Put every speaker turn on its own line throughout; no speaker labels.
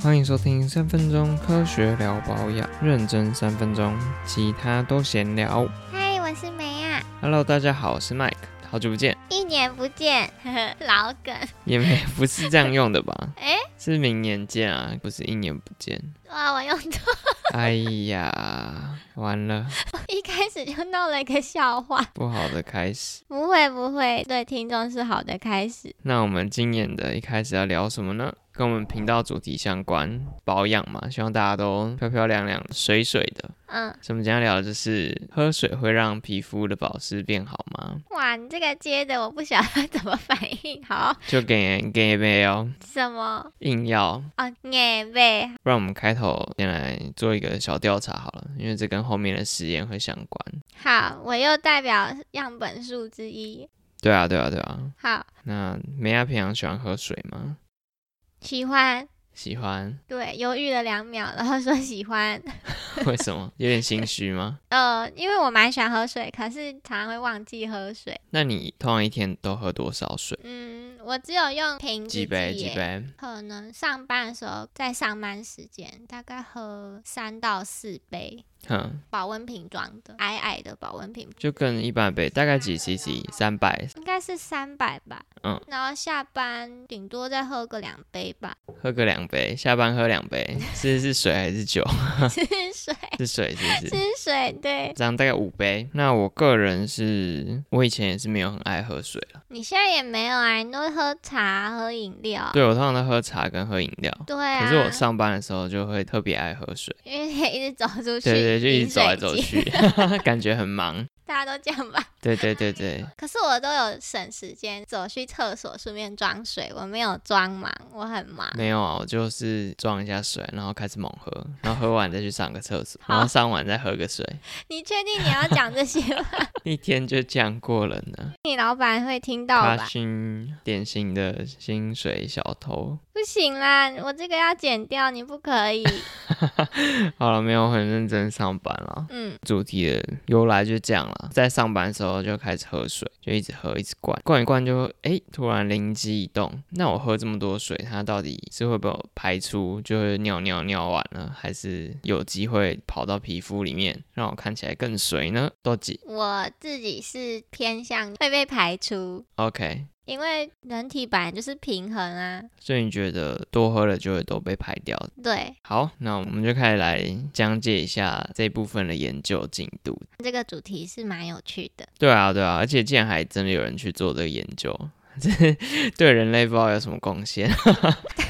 欢迎收听三分钟科学聊保养，认真三分钟，其他都闲聊。
嗨，我是梅亚，
Hello，大家好，我是 Mike，好久不见，
一年不见，呵呵 老梗。
也没不是这样用的吧？
哎、
是明年见啊，不是一年不见。
哇，我用错，
哎呀，完了，
一开始就闹了一个笑话。
不好的开始。
不会不会，对听众是好的开始。
那我们今年的一开始要聊什么呢？跟我们频道主题相关，保养嘛，希望大家都漂漂亮亮、水水的。
嗯，
所以我们今天要聊的就是喝水会让皮肤的保湿变好吗？
哇，你这个接的我不晓得怎么反应。好，
就给给没有
什么？
硬要
哦，眼呗。
不然我们开头先来做一个小调查好了，因为这跟后面的实验会相关。
好，我又代表样本数之一。
对啊，对啊，对啊。
好，
那梅亚平常喜欢喝水吗？
喜欢。
喜欢？
对，犹豫了两秒，然后说喜欢。
为什么？ 有点心虚吗？
呃，因为我蛮喜欢喝水，可是常常会忘记喝水。
那你通常一天都喝多少水？
嗯，我只有用瓶子
几杯？
计
几
耶
杯？
可能上班的时候，在上班时间，大概喝三到四杯
哼，
保温瓶装的，矮矮的保温瓶，
嗯就跟一般的杯大概几 CC？三百。
应该是三百吧。
嗯，
然后下班顶多再喝个两杯 吧，
喝个两杯，下班喝两杯，是是水还是酒？
吃水，
是水是不是？
吃水。对
这样大概五杯。那我个人是，我以前也是没有很爱喝水了。
你现在也没有啊，你都喝茶、喝饮料。
对我通常都喝茶跟喝饮料。
对啊，
可是我上班的时候就会特别爱喝水，
因为可以一直走出去，
对对，就一直走来走
饮水机，
去， 感觉很忙。
大家都这样吧。
对对对 对，
可是我都有省时间走去厕所，顺便装水，我没有装忙，我很忙。
没有啊，我就是装一下水，然后开始猛喝，然后喝完再去上个厕所，然后上完再喝个 水，
你确定你要讲这些吗？
一天就这样过了呢。
你老板会听到
他
吧？
心典型的薪水小偷。
不行啦，我这个要剪掉，你不可以。
好了，没有很认真上班了。
嗯，
主题的由来就这样了，在上班的时候就开始喝水，就一直喝，一直灌，灌一灌就哎、诶突然灵机一动，那我喝这么多水，它到底是会被我排出，就会尿尿尿完了，还是有机会跑到皮肤里面，让我看起来更水呢？都几
我自己是偏向会被排除，
OK，
因为人体本来就是平衡啊。
所以你觉得多喝了就会都被排掉？
对，
好，那我们就开始来讲解一下这部分的研究进度。
这个主题是蛮有趣的。
对啊，对啊，而且竟然还真的有人去做这个研究，这 对人类不知道有什么贡献。
他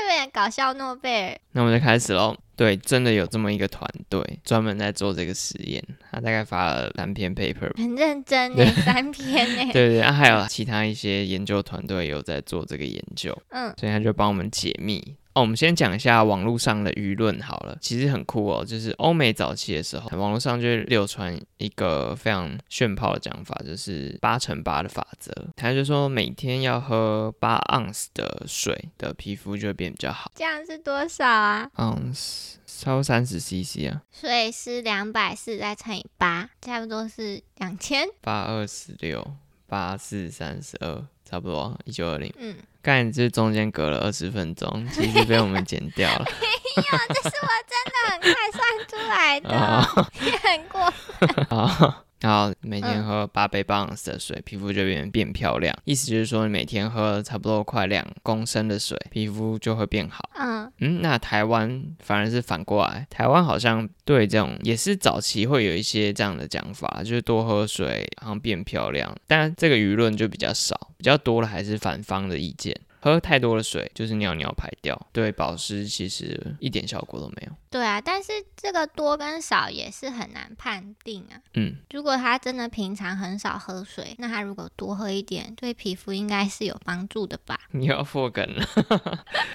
有点搞笑诺贝尔，
那我们就开始喽。对，真的有这么一个团队专门在做这个实验，他大概发了三篇 paper 吧。
很认真呢，三篇 欸呢。
对对，啊、还有其他一些研究团队有在做这个研究，
嗯，
所以他就帮我们解密。哦，我们先讲一下网络上的舆论好了，其实很酷哦，就是欧美早期的时候，网络上就会流传一个非常炫炮的讲法，就是八乘八的法则，他就说每天要喝八盎司的水的皮肤就会变比较好，
这样是多少啊？
盎司超三十 CC 啊，
所以是两百四再乘以八，差不多是两千。
八二十六，八四三十二，差不多一九二零。
嗯，
刚才这中间隔了二十分钟，其实被我们剪掉了。
那很快算出来
哦
的，你很过
啊。然后每天喝八杯八盎司的水，皮肤就变变漂亮。意思就是说，你每天喝差不多快两公升的水，皮肤就会变好。
嗯，
嗯，那台湾反而是反过来，台湾好像对这种也是早期会有一些这样的讲法，就是多喝水好像变漂亮，但这个舆论就比较少，比较多的还是反方的意见。喝太多的水就是尿尿排掉，对保湿其实一点效果都没有。
对啊，但是这个多跟少也是很难判定啊。
嗯，
如果他真的平常很少喝水，那他如果多喝一点，对皮肤应该是有帮助的吧？
你又要破梗了，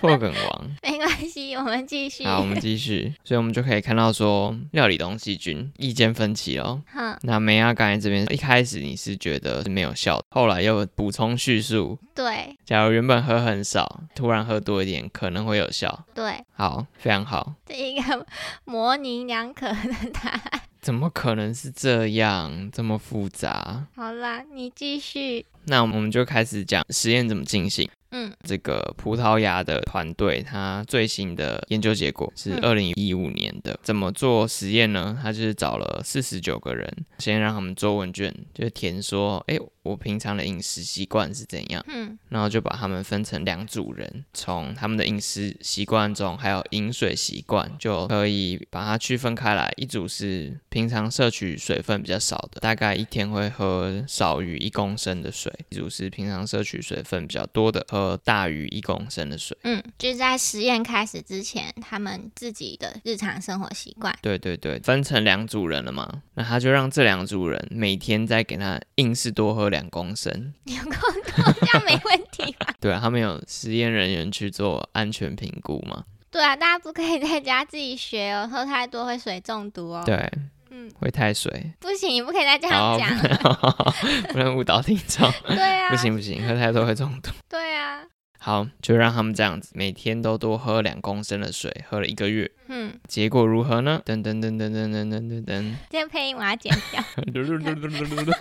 破梗王。
没关系，我们继续。
好，我们继续，所以我们就可以看到说，料理东细菌意见分歧哦。
哼，
那梅亚刚才这边一开始你是觉得是没有效的，后来又补充叙述，
对
假如原本喝很少，突然喝多一点，可能会有效。
对，
好，非常好，
这一个 模棱两可的答案。
怎么可能是这样这么复杂？
好啦，你继续。
那我们就开始讲实验怎么进行。
嗯，
这个葡萄牙的团队，它最新的研究结果是
嗯
二零一五年的。怎么做实验呢？它就是找了四十九个人，先让他们做问卷，就是填说，哎，我平常的饮食习惯是怎样，
嗯
然后就把他们分成两组人，从他们的饮食习惯中，还有饮水习惯，就可以把它区分开来。一组是平常摄取水分比较少的，大概一天会喝少于一公升的水；一组是平常摄取水分比较多的，喝大于一公升的水。
嗯，就是在实验开始之前，他们自己的日常生活习惯。
对对对，分成两组人了嘛，那他就让这两组人每天再给他硬是多喝两公升。
你有跟我说这样没问题吧？
对啊，他们有实验人员去做安全评估嘛？
对啊，大家不可以在家自己学哦，喝太多会水中毒哦。
对，
嗯，
会太水。
不行，你不可以再这样讲。
好，不能误导听众。
对啊，
不，行不行，喝太多会中毒。
对啊，
好，就让他们这样子，每天都多喝两公升的水，喝了一个月，
嗯，
结果如何呢？噔噔噔噔噔噔噔噔噔
这个配音我要剪掉。
噔，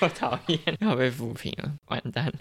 我讨厌，要被复评了，完蛋了。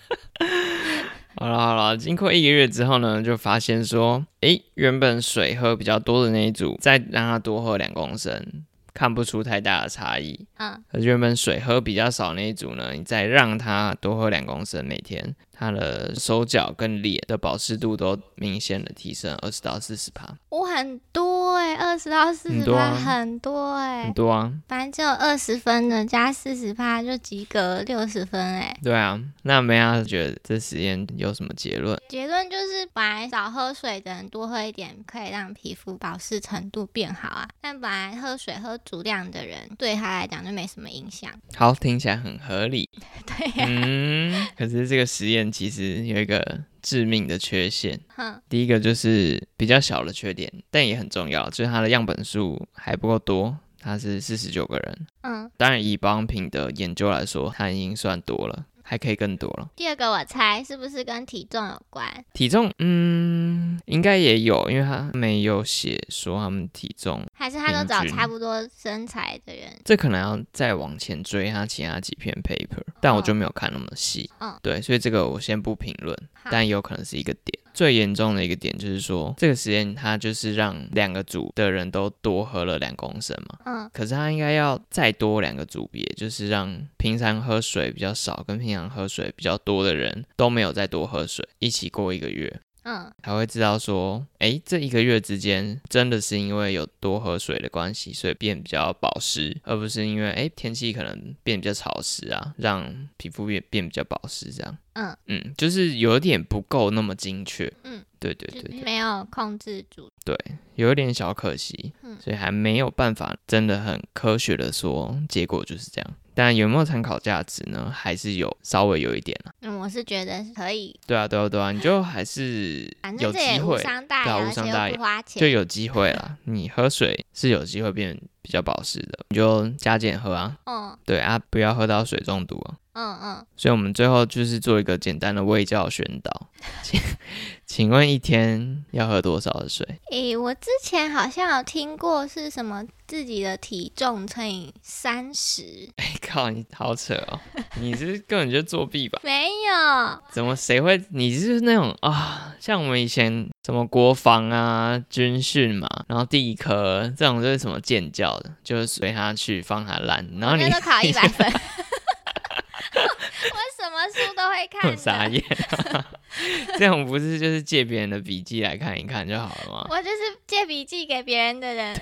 好了好了，经过一个月之后呢，就发现说，诶，原本水喝比较多的那一组，再让他多喝两公升，看不出太大的差异。
嗯
可是原本水喝比较少那一组呢，你再让它多喝两公升每天，它的手脚跟脸的保湿度都明显的提升二十到四十趴，
我哦很多哎、二十到四
很
十
多啊
趴很多哎、
很多啊。
反正只有二十分的加四十趴就及格六十分哎、
对啊，那梅亚觉得这实验有什么结论？
结论就是，本来少喝水的人多喝一点，可以让皮肤保湿程度变好啊。但本来喝水喝足量的人，对他来讲就没什么影响。
好，听起来很合理。
对啊呀、
嗯，可是这个实验其实有一个致命的缺陷，
哼，
第一个就是比较小的缺点，但也很重要，就是它的样本数还不够多，它是四十九个人，
嗯。
当然，以保养品的研究来说，它已经算多了，还可以更多了。
第二个我猜是不是跟体重有关？
体重，嗯，应该也有，因为它没有写说他们体重，
还是他都找
平均
差不多身材的人？
这可能要再往前追它其他几篇 paper，但我就没有看那么细。
嗯
对，所以这个我先不评论，
好，
但有可能是一个点。最严重的一个点就是说，这个实验它就是让两个组的人都多喝了两公升嘛，
嗯
可是它应该要再多两个组别，就是让平常喝水比较少跟平常喝水比较多的人都没有再多喝水，一起过一个月，
嗯
才会知道说，诶，这一个月之间真的是因为有多喝水的关系，所以变比较保湿，而不是因为诶天气可能变比较潮湿啊，让皮肤变变比较保湿这样。
嗯
嗯，就是有点不够那么精确。
嗯，
对对
就
对对
是没有控制住。
有点小可惜
嗯，
所以还没有办法真的很科学的说结果就是这样。但有没有参考价值呢？还是有稍微有一点啊。
嗯，我是觉得可以，
对啊，对啊，对啊，你就还是
反
有
正这
机
也无
会，
伤大
对啊
雅，
无
而
伤
且
大
又
雅
不花
就
钱。
有机会啦。你喝水是有机会变比较保湿的，你就加减喝啊。
嗯
对啊，不要喝到水中毒啊。
嗯嗯，
所以我们最后就是做一个简单的卫教宣导， 请请问一天要喝多少的水？
诶、我之前好像有听过是什么自己的体重乘以三十，
哎靠，你好扯哦！你是根本就作弊吧？
没有，
怎么谁会？你是那种啊，像我们以前什么国防啊、军训嘛，然后地科这种就是什么建教的，就是随他去放他烂，然后
我
你
哎那 时候考一百分， 我什么书都会 看
很傻
的，
眼、这种不是就是借别人的笔记来看一看就好了吗？
我就是借笔记给别人的人。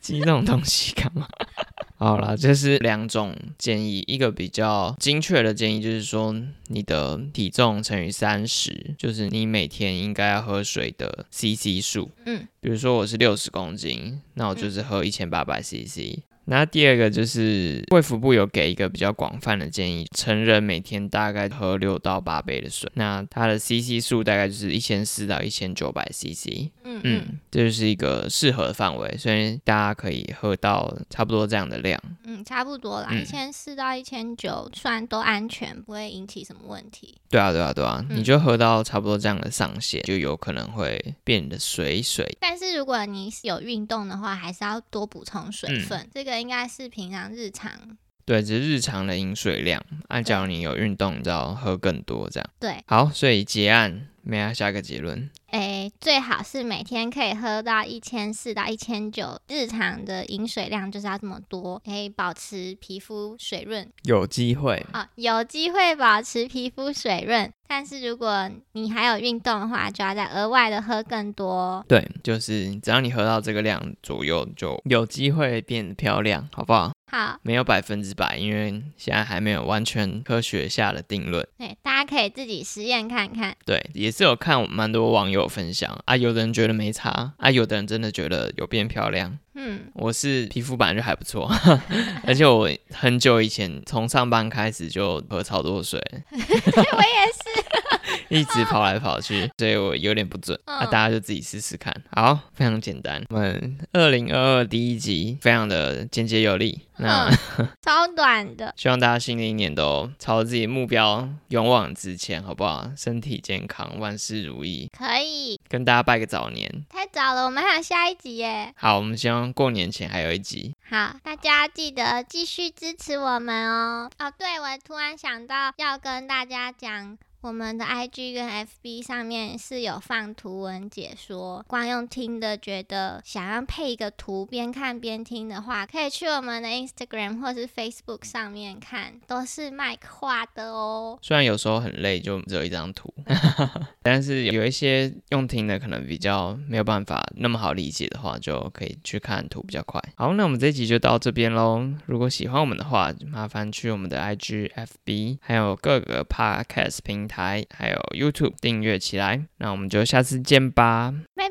记这种东西干嘛？ 好啦，这是两种建议，一个比较精确的建议就是说，你的体重乘以三十，就是你每天应该要喝水的 CC 数。
嗯，
比如说我是六十公斤，那我就是喝一千八百 CC。那第二个就是卫福部有给一个比较广泛的建议，成人每天大概喝六到八杯的水，那它的 CC 数大概就是一千四到一千九百 CC。
嗯嗯
嗯，这就是一个适合的范围，所以大家可以喝到差不多这样的量。
嗯，差不多啦，
嗯
一千四到一千九算都安全，不会引起什么问题。
对啊，对啊，对啊，
嗯
你就喝到差不多这样的上限，就有可能会变得水水。
但是如果你有运动的话，还是要多补充水
嗯
分，这个应该是平常日常
对，只是日常的饮水量。按假如你有运动，你知道喝更多这样。
对，
好，所以结案，没要下个结论。
诶，最好是每天可以喝到一千四到一千九，日常的饮水量就是要这么多，可以保持皮肤水润
有机会，
哦，有机会保持皮肤水润。但是如果你还有运动的话，就要再额外的喝更多哦。
对，就是只要你喝到这个量左右，就有机会变漂亮，好不好？
好，
没有百分之百，因为现在还没有完全科学下的定论。
对，大家可以自己实验看看。
对，也是有看蛮多网友分享啊，有的人觉得没差啊，有的人真的觉得有变漂亮。
嗯，
我是皮肤本来就还不错， 而且我很久以前从上班开始就喝超多水，
我也是。
一直跑来跑去，所以我有点不准啊，
嗯
大家就自己试试看。好，非常简单，我们二零二二第一集非常的简洁有力，那、
嗯，超短的。
希望大家新的一年都朝自己目标勇往直前，好不好？身体健康，万事如意，
可以，
跟大家拜个早年。
太早了，我们还有下一集耶。
好，我们希望过年前还有一集。
好，大家记得继续支持我们哦。哦，对，我突然想到要跟大家讲。我们的 IG 跟 FB 上面是有放图文解说，光用听的觉得想要配一个图，边看边听的话，可以去我们的 Instagram 或是 Facebook 上面看，都是 Mike 画的哦。
虽然有时候很累，就只有一张图，但是有一些用听的可能比较没有办法那么好理解的话，就可以去看图比较快。好，那我们这一集就到这边喽。如果喜欢我们的话，麻烦去我们的 IG、FB，还有各个 Podcast 平台，还有 YouTube 订阅起来。那我们就下次见吧，
拜